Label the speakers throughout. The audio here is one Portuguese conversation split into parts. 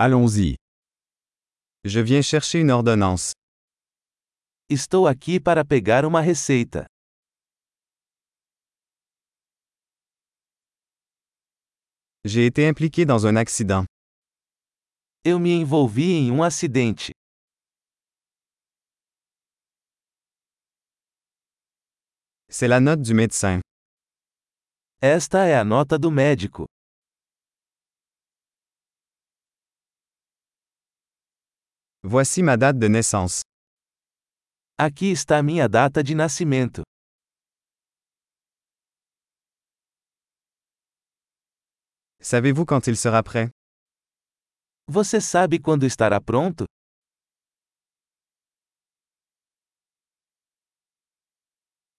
Speaker 1: Allons-y. Je viens chercher une ordonnance.
Speaker 2: Estou aqui para pegar uma receita.
Speaker 1: J'ai été impliqué dans un accident.
Speaker 2: Eu me envolvi em um acidente.
Speaker 1: C'est la note du médecin.
Speaker 2: Esta é a nota do médico.
Speaker 1: Voici ma date de naissance.
Speaker 2: Aqui está minha data de nascimento.
Speaker 1: Savez-vous quand il sera prêt?
Speaker 2: Você sabe quando estará pronto?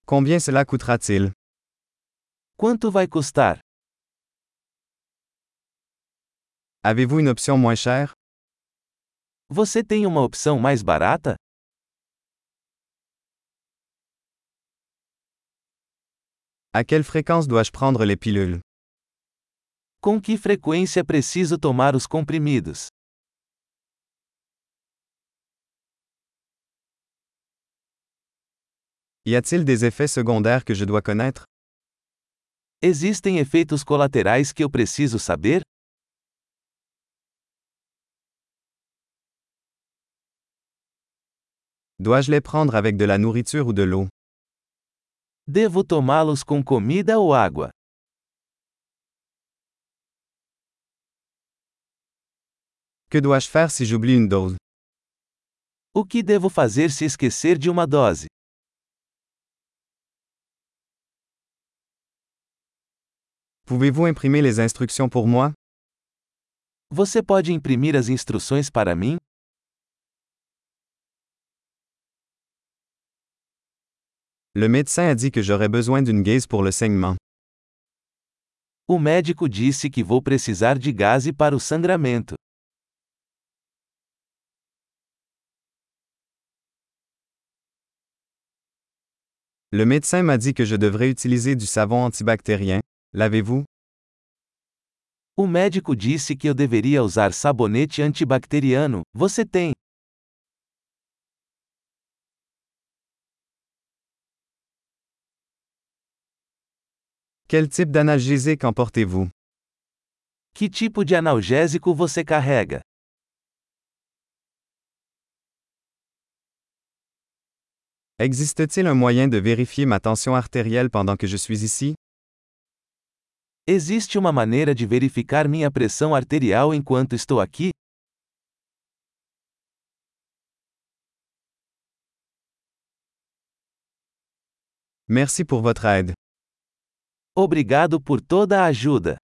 Speaker 1: Combien cela coûtera-t-il?
Speaker 2: Quanto vai custar?
Speaker 1: Avez-vous une option moins chère?
Speaker 2: Você tem uma opção mais barata?
Speaker 1: À quelle fréquence dois-je prendre les pilules?
Speaker 2: Com que frequência preciso tomar os comprimidos?
Speaker 1: Y a-t-il des effets secondaires que je dois connaître?
Speaker 2: Existem efeitos colaterais que eu preciso saber?
Speaker 1: Dois-je les prendre avec de la nourriture ou de l'eau?
Speaker 2: Devo tomá-los com comida ou água?
Speaker 1: Que dois-je faire si j'oublie une dose?
Speaker 2: O que devo fazer se esquecer de uma dose?
Speaker 1: Pouvez-vous imprimer les instructions pour moi?
Speaker 2: Você pode imprimir as instruções para mim?
Speaker 1: Le médecin a dit que j'aurais besoin d'une guise pour le saignement.
Speaker 2: O médico disse que vou precisar de gaze para o sangramento.
Speaker 1: Le médecin m'a dit que je devrais utiliser du savon antibactérien. L'avez-vous?
Speaker 2: O médico disse que eu deveria usar sabonete antibacteriano. Você tem?
Speaker 1: Quel type d'analgésique emportez-vous?
Speaker 2: Que tipo de analgésico você carrega?
Speaker 1: Existe-t-il un moyen de vérifier ma tension artérielle pendant que je suis ici?
Speaker 2: Existe uma maneira de verificar minha pressão arterial enquanto estou aqui?
Speaker 1: Merci pour votre aide.
Speaker 2: Obrigado por toda a ajuda.